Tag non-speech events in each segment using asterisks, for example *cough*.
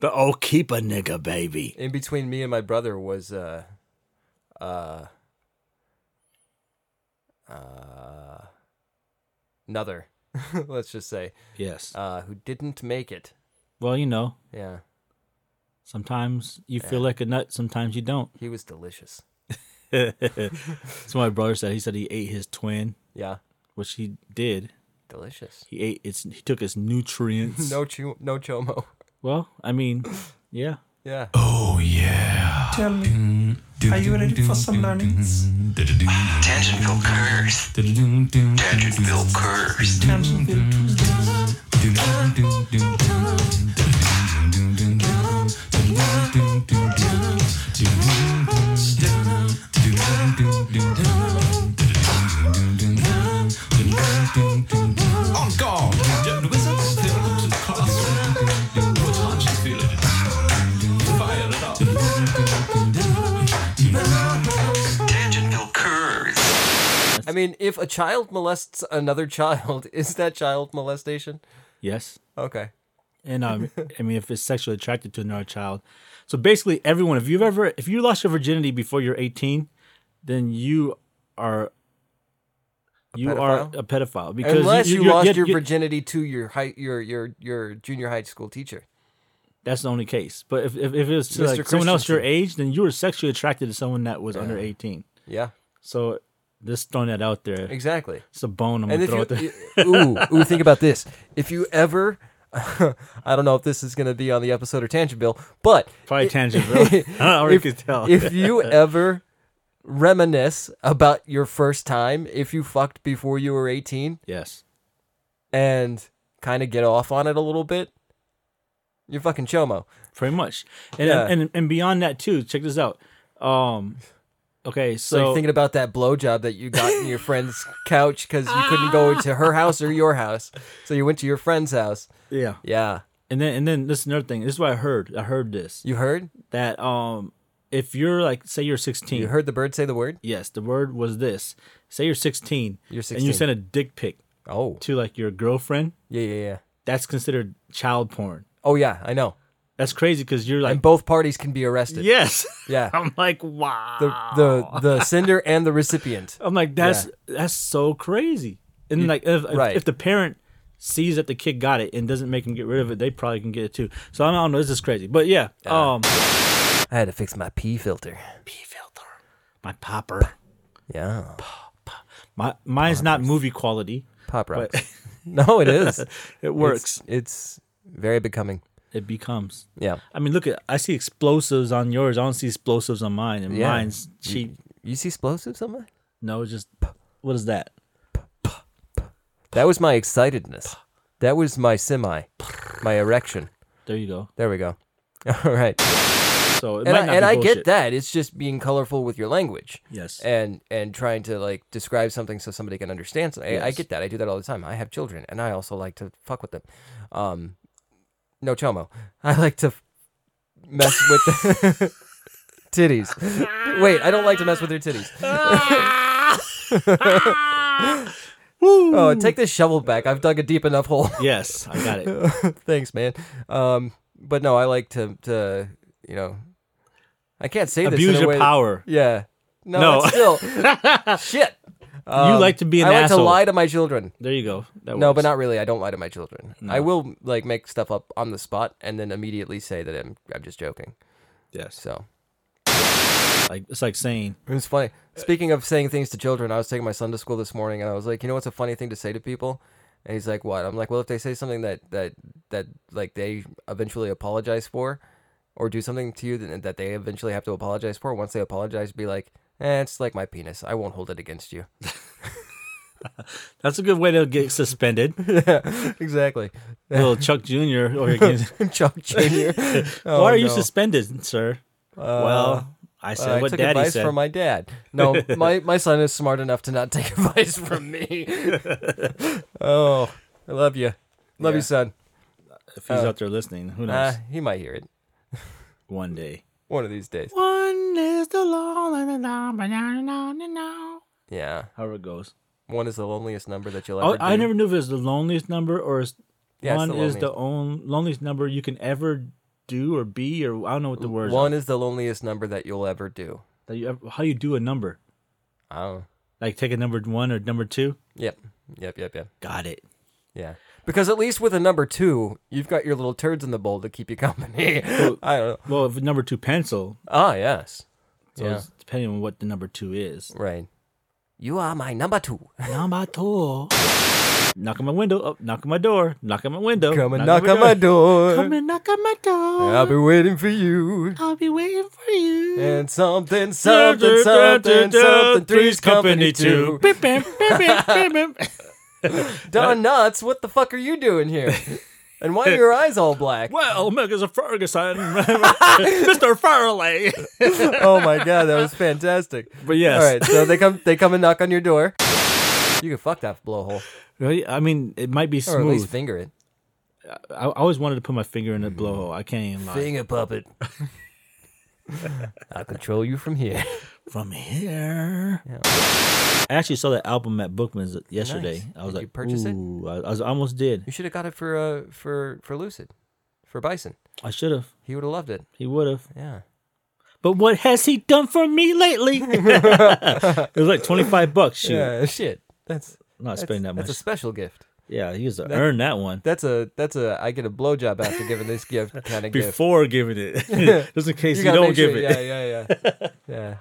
The old keeper nigga, baby. in between me and my brother was uh uh uh another *laughs* let's just say Yes. uh who didn't make it Well, you know, yeah sometimes you feel like a nut, sometimes you don't. he was delicious So my brother said he said he ate his twin, yeah which he did. delicious He ate its. He took its nutrients. *laughs* no chu- no chomo *laughs* Well, I mean, yeah. yeah Tell me, are you ready for some learnings? Tangentville curse. Tangentville curse. On guard! The wizard still looks at the classroom. What time she feeling? Fire it up. Tangentville curse. i mean if a child molests another child *laughs* is that child molestation Yes. okay And um, I mean, if it's sexually attracted to another child, so basically, everyone, if you've ever, if you lost your virginity before you're 18, then you are, you are pedophile? a pedophile because unless you, you're- lost you're- your you're- virginity to your high your your your junior high school teacher That's the only case. But if if, if it's Mr. like someone else your Christensen. age, then you were sexually attracted to someone that was under 18. yeah So just throwing that out there. exactly It's a bone I'm gonna And if throw *laughs* out there. you, y- ooh, ooh, think about this. If you ever, *laughs* I don't know if this is going to be on the episode or tangent bill, but Probably tangent, bro. *laughs* *laughs* I already if, could tell. if you ever reminisce about your first time, if you fucked before you were 18 *laughs* yes. and kind of get off on it a little bit, you're fucking chomo. pretty much and, Yeah. and and beyond that too check this out um okay So, so you're thinking about that blowjob that you got *laughs* in your friend's couch because you couldn't go to her house or your house, so you went to your friend's house. yeah Yeah, and then and then this is another thing this is what i heard i heard this you heard? that um if you're like say you're 16 You heard the bird say the word? yes the word was this say you're 16 You're and you 16. send a dick pic Oh, to like your girlfriend yeah, yeah, yeah. that's considered child porn Oh yeah, I know. that's crazy because you're like And both parties can be arrested. *laughs* yes Yeah. i'm like wow The the the sender and the recipient. I'm like, that's that's so crazy. And like, if, if- right. if the parent sees that the kid got it and doesn't make him get rid of it, they probably can get it too. So I don't know. This is crazy, but yeah. Um, I had to fix my pee filter. my popper, Yeah. my mine's not movie quality. Pop rocks. *laughs* no, it is. It works. It's, it's very becoming. it becomes. Yeah. I mean, look at I see explosives on yours. I don't see explosives on mine, and Yeah. Mm. mine's cheap. You see explosives on that? No, it's just what is that? That was my excitedness. That was my semi. My erection. There you go. There we go. *laughs* All right. So it and might I, not and be I get bullshit. that. It's just being colorful with your language. Yes. And and trying to like describe something so somebody can understand something. I, I Yes. get that. I do that all the time. I have children, and I also like to fuck with them. Um, no chomo. *laughs* I like to f- mess with *laughs* their titties. Wait, I don't like to mess with their titties. *laughs* Oh, take this shovel back. I've dug a deep enough hole. Yes, I *laughs* got it. Thanks, man. Um, but no, I like to to you know, I can't say this. in Abuse a your way- power. Yeah. No, No. it's *laughs* still shit. Um, like to be an I like asshole. to lie to my children. There you go. That No, works. but not really. I don't lie to my children. I will like make stuff up on the spot and then immediately say that I'm I'm just joking. Yes. So Like it's like saying it was funny. Speaking of saying things to children, I was taking my son to school this morning and I was like, you know what's a funny thing to say to people? And he's like, what? I'm like, well, if they say something that that that like they eventually apologize for, or do something to you that, that they eventually have to apologize for, once they apologize, be like, eh, it's like my penis. I won't hold it against you. *laughs* That's a good way to get *laughs* suspended. exactly. *laughs* Little Chuck Jr. Or again, Chuck *laughs* Jr. Oh, why are you no. Uh, suspended, sir? well, I said I what took Daddy advice said. from my dad. *laughs* No, my, my son is smart enough to not take *laughs* advice from *laughs* me. oh, I love you. Love you, son. if he's out there listening, who Uh, knows? he might hear it One day. one of these days. One is the lonely Yeah. However it goes. One is the loneliest number that you'll ever Oh, I do. never knew if it was the loneliest number or it's Yeah, it's one the is the loneliest. on, loneliest number you can ever do or be or I don't know what the words One is the loneliest number that you'll ever do. are. That you ever, how you do a number? I don't know. Like take a number one or number two. Yep. Yep. Yep. Yep. Got it. Yeah. Because at least with a number two, you've got your little turds in the bowl to keep you *laughs* company. I don't know. Well, if number two pencil, Ah, yes. so Yeah. it's depending on what the number two is. Right. You are my number *laughs* two. Number two. Knock on my window. Up. knock on my door. Knock on my window. Come and knock on my door. door. Come and knock on my door. I'll be waiting for you. I'll be waiting for you. And something, something, something, something. Three's company too. Beep, beep, beep, beep, beep, beep. Don Nuts, what the fuck are you doing *laughs* here? And why are your eyes all *laughs* black? Well, Megas of Ferguson, *laughs* Mr. *laughs* Farley. *laughs* Oh my god, that was fantastic. But yes. All right, so they come, they come and knock on your *laughs* door. You can fuck that blowhole, Right? I mean, it might be or at least Mm-hmm. smooth. finger it. I, I always wanted to put my finger in a blowhole. I can't even lie. Finger puppet. *laughs* I'll control you from here. From here. I actually saw that album at Bookman's yesterday. Nice. I was Did like, you purchase it? Ooh, I, I was, I almost did. You should have got it for uh for for Lucid, for Bison. I should have. He would have loved it. He would have. Yeah. But what has he done for me lately? *laughs* it was like twenty five bucks. Shoot, Yeah. *laughs* Shit. That's I'm not that's, spending that much. that's a special gift. yeah, he was to earn that one That's a that's a I get a blowjob after giving this *laughs* gift kind of gift. before giving *laughs* it, *laughs* just in case you, gotta don't make sure- give it. Yeah, yeah, *laughs* yeah,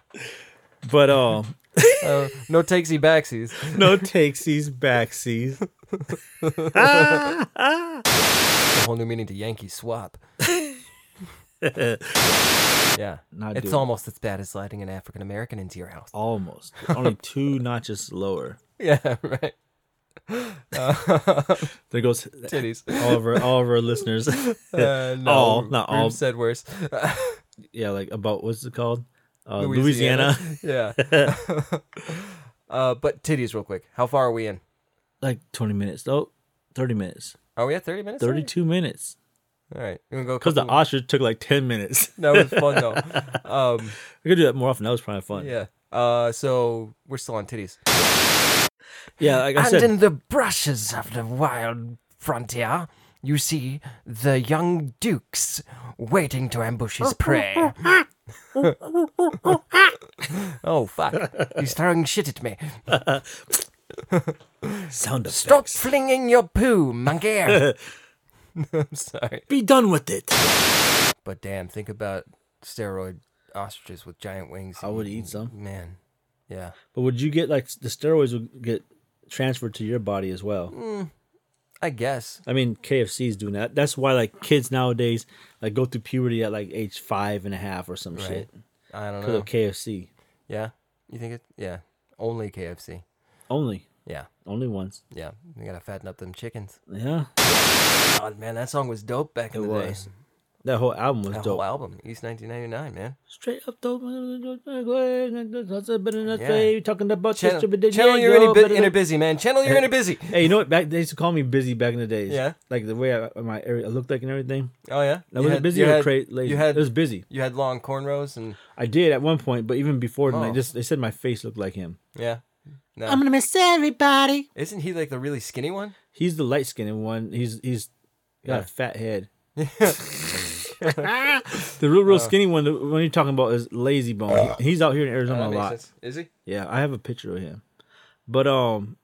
But um, yeah. Uh, no takesy backsies. no takesies, *laughs* backsies. A whole new meaning to *laughs* Yankee swap. yeah, Not it's doing- almost as bad as sliding an African American into your house. *laughs* Almost, only two notches lower. Yeah, right. *laughs* There goes Titties. *laughs* all of our all of our listeners. *laughs* Uh, no, All, not Rube all. Said worse. yeah, like about what's it called? Uh, Louisiana. *laughs* yeah. uh, but titties, real quick. How far are we in? like twenty minutes. Oh, thirty minutes. Are we at thirty minutes? Thirty already? two minutes. All right, you gonna go? a Because the couple- ostrich took like ten minutes. *laughs* that was fun though. Um, I could do that more often. That was probably fun. yeah. Uh, so we're still on titties. Yeah, like I and said, in the brushes of the wild frontier, you see the young dukes waiting to ambush *laughs* his prey. Oh fuck! He's throwing shit at me. sound effects. Stop flinging your poo, monkey. *laughs* *laughs* I'm sorry. Be done with it. But damn, think about steroid ostriches with giant wings. I would eat some. Man, yeah. But would you get like the steroids would get transferred to your body as well? I guess. I mean, KFC's doing that. That's why like kids nowadays like go through puberty at like age five and a half or some shit I don't because know. of KFC. Yeah. You think it? Yeah. Only KFC. Only, Yeah. only once. Yeah. You gotta fatten up them chickens. Yeah, God, man, that song was dope back in it the was. day. That whole album was That dope. whole album, East 1999, man. Straight up dope. Yeah. Yeah. Talking about Channel, this, but channel yeah, your inner, yo, bu- but- inner busy, man. Channel *laughs* your inner busy. Hey, you know what? Back they used to call me busy back in the days. Yeah. like the way I, my area I looked like and everything. Oh yeah. I You was had- busy you or had- cra- lazy. You had it was busy. you had long cornrows and I did at one point, but even before, then, Oh. like just they said my face looked like him. yeah. No. gonna miss everybody. Isn't he like the really skinny one? He's the light skinned one. He's he's got Yeah. a fat *laughs* head. the real real skinny one. The one you're talking about is Lazy Bone. He- he's out here in Oh, Arizona that a makes lot. sense. Is he? Yeah, I have a picture of him. But um,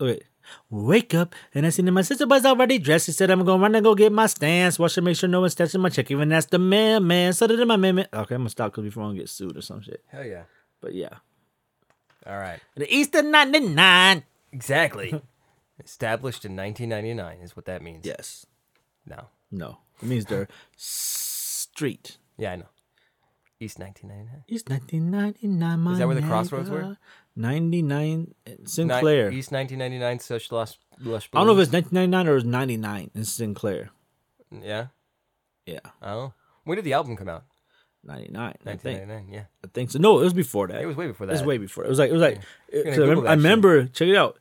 okay. Wake up and I seen that my sister was already dressed. She said I'm gonna run and go get my stance. Watch and make sure no one's touching my check. Even that's the man, man. So did my man. man. Okay, I'm gonna stop because before I don't get sued or some shit. Hell yeah. But yeah, All right. the Eastern '99. *laughs* Exactly. Established in 1999 is what that means. Yes. No. No. It means they're street. Yeah, I know. East 1999. East 1999. Is that where the crossroads were? Niagara. 99 in Ni- Sinclair. East 1999 such lush, lush I don't know if Blues. it's 1999 or it's 99 in Sinclair. Yeah. Yeah, Oh. When did the album come out? 99. I think. 1999. Yeah. I think so. No, it was before that. It was way before It was that. way before. It was like it was like. it- gonna 'cause I, remember, Google I that shit. remember. Check it out.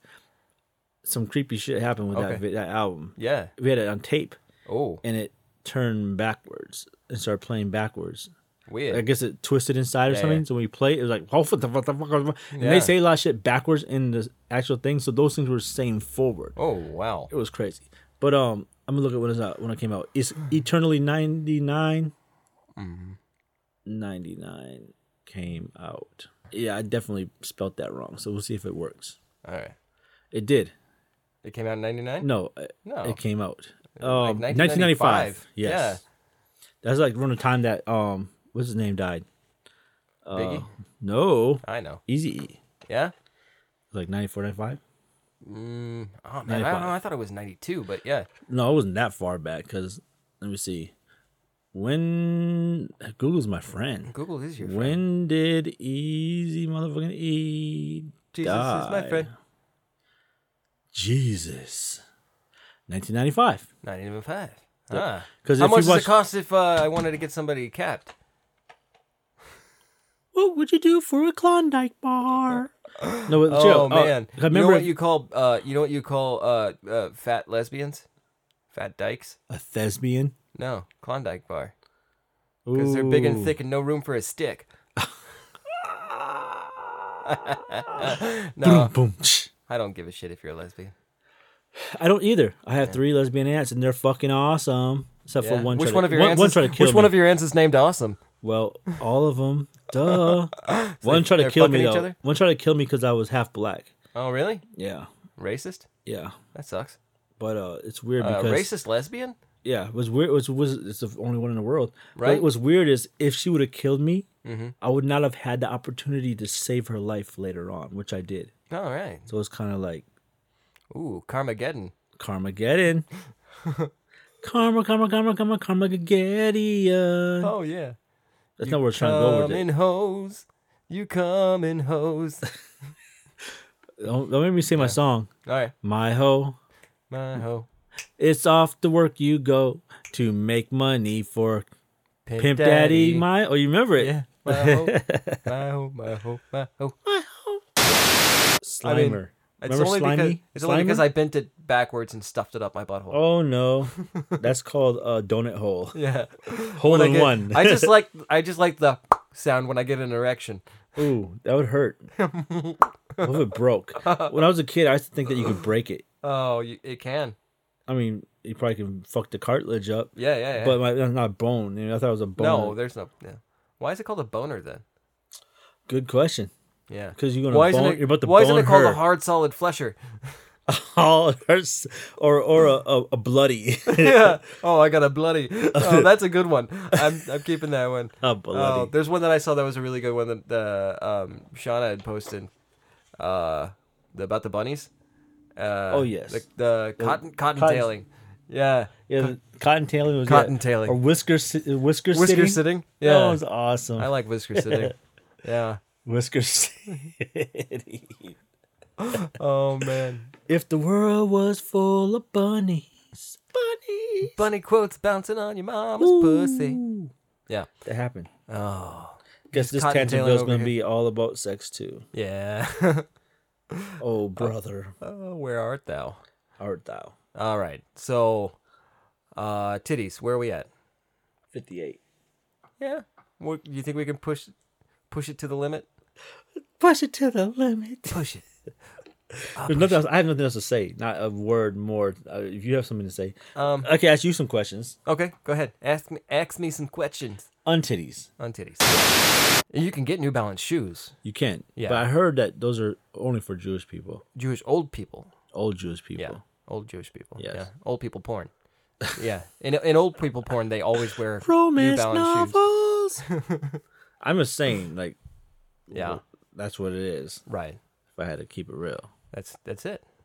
Some creepy shit happened with that Okay. that that album. Yeah. We had it on tape, Oh, and it turned backwards and started playing backwards. weird. I guess it twisted inside or Yeah, something. yeah. So when you play it, it was like, "Oh, what the fuck, the fuck, what the fuck?" and Yeah. they say a lot of shit backwards in the actual thing. So those things were saying forward. oh, wow. It was crazy. But um, I'm gonna look at when it's out when it came out. It's Eternally 99. 99 came out. Yeah, I definitely spelt that wrong. So we'll see if it works. All right. It did. It came out in 99? No, uh, No. it came out. Um, 1995. 1995. Yes. That's like around the time that um, what's his name died. Yeah. Biggie? No, I know. Easy E. Yeah? Like 94, 95? Oh, man. I, don't 95. know. I thought it was 92, but yeah. No, it wasn't that far back. Cause let me see. When Google's my friend. Google is your friend. When did Easy motherfucking E Jesus is my die? friend. Jesus. 1995. 95. Ah. 'Cause How if you much does watch- it cost if uh, I wanted to get somebody capped? What would you do for a Klondike bar? No, but *laughs* Oh, chill. Uh, man. I you know remember what you call uh, you know what you call uh, uh, fat lesbians? Fat dykes? a thespian. No, Klondike bar. Because they're big and thick and no room for *laughs* a stick. *laughs* *laughs* no, *clears throat* Boom. tsh. I don't give a shit if you're a lesbian. I don't either. I have three lesbian aunts, and they're fucking awesome. Except Yeah. for one. which tried one to, of your one, aunts one is- tried to kill Which one me. of your aunts is named Awesome? Well, all of them. *laughs* Duh. one tried to they're kill me fucking each though. other? One tried to kill me because I was half black. Oh, really? Yeah. Racist? Yeah. That sucks. But uh, it's weird Uh, because racist lesbian? yeah, it was weird. It was, was it's the only one in the world. But Right. Mm-hmm. what was weird is if she would have killed me, I would not have had the opportunity to save her life later on, which I did. All right. So it's kind of like Ooh, Carmageddon. *laughs* Carmageddon. karma, karma, karma, karma, Carmageddon. Oh, yeah. That's not where we're trying to go with Come it. in hose. You come in hose. Don't, don't make me sing my song. All right. My hoe, *laughs* My ho. it's off to work you go to make money for Pimp, Pimp Daddy. My oh, you remember it? Yeah. My ho. *laughs* My ho. My ho. My ho. Slimer. I mean, It's remember only Slimy? because it's only because Slimer? I bent it backwards and stuffed it up my butthole. Oh no, that's called a donut hole. *laughs* Yeah. Hole When I in get- one. *laughs* I just like I just like the sound when I get an erection. Ooh, that would *laughs* hurt. what if it broke? When I was a kid, I used to think that you could break it. Oh, you, it can. I mean, you probably can fuck the cartilage up. Yeah, yeah, yeah. But my, that's not bone. You know, I thought it was a bone. no, there's no. Yeah. Why is it called a boner then? good question. *laughs* Yeah. 'Cause you're gonna why isn't bone- it, you're about to Why isn't bone it called her. a hard *laughs* solid flesher? *laughs* Oh, there's- or or a, a, a bloody. *laughs* *laughs* yeah. Oh, I got a bloody. Oh, that's a good one. I'm I'm keeping that one. A Oh, bloody. there's one that I saw that was a really good one that the um Shauna had posted. Uh, the, about the bunnies. Uh, Oh, yes. The, the cotton cotton cotton- tailing. Yeah. yeah, cotton tailing was Cotton yeah, tailing. or whisker si- whisker Whisker sitting. sitting. Yeah. That was awesome. I like whisker *laughs* sitting. yeah. *laughs* whisker city. Oh man. if the world was full of bunnies, bunnies, Bunny quotes bouncing on your mama's pussy. Ooh, Yeah. that happened. Oh, guess this cotton tangent tailing bill's over gonna here. be all about sex too. Yeah. *laughs* Oh, brother, oh, where art thou? art thou All right. So, uh, titties. Where are we at? fifty-eight? Yeah. What, you think we can push push it to the limit? Push it to the limit. Push it. There's nothing else. I have nothing else to say. Not a word more. Uh, if you have something to say, Um, I can ask you some questions. Okay, go ahead. Ask me ask me some questions Untitties, on titties. You can get New Balance shoes. you can't. Yeah. But I heard that those are only for Jewish people, Jewish old people. old Jewish people. Yeah. Old Jewish people. Yes. Yeah. Old people porn. *laughs* Yeah. In in old people porn they always *laughs* wear New romance Balance shoes. novels. *laughs* I'm just saying, like Yeah. that's what it is. Right. If I had to keep it real, That's that's it.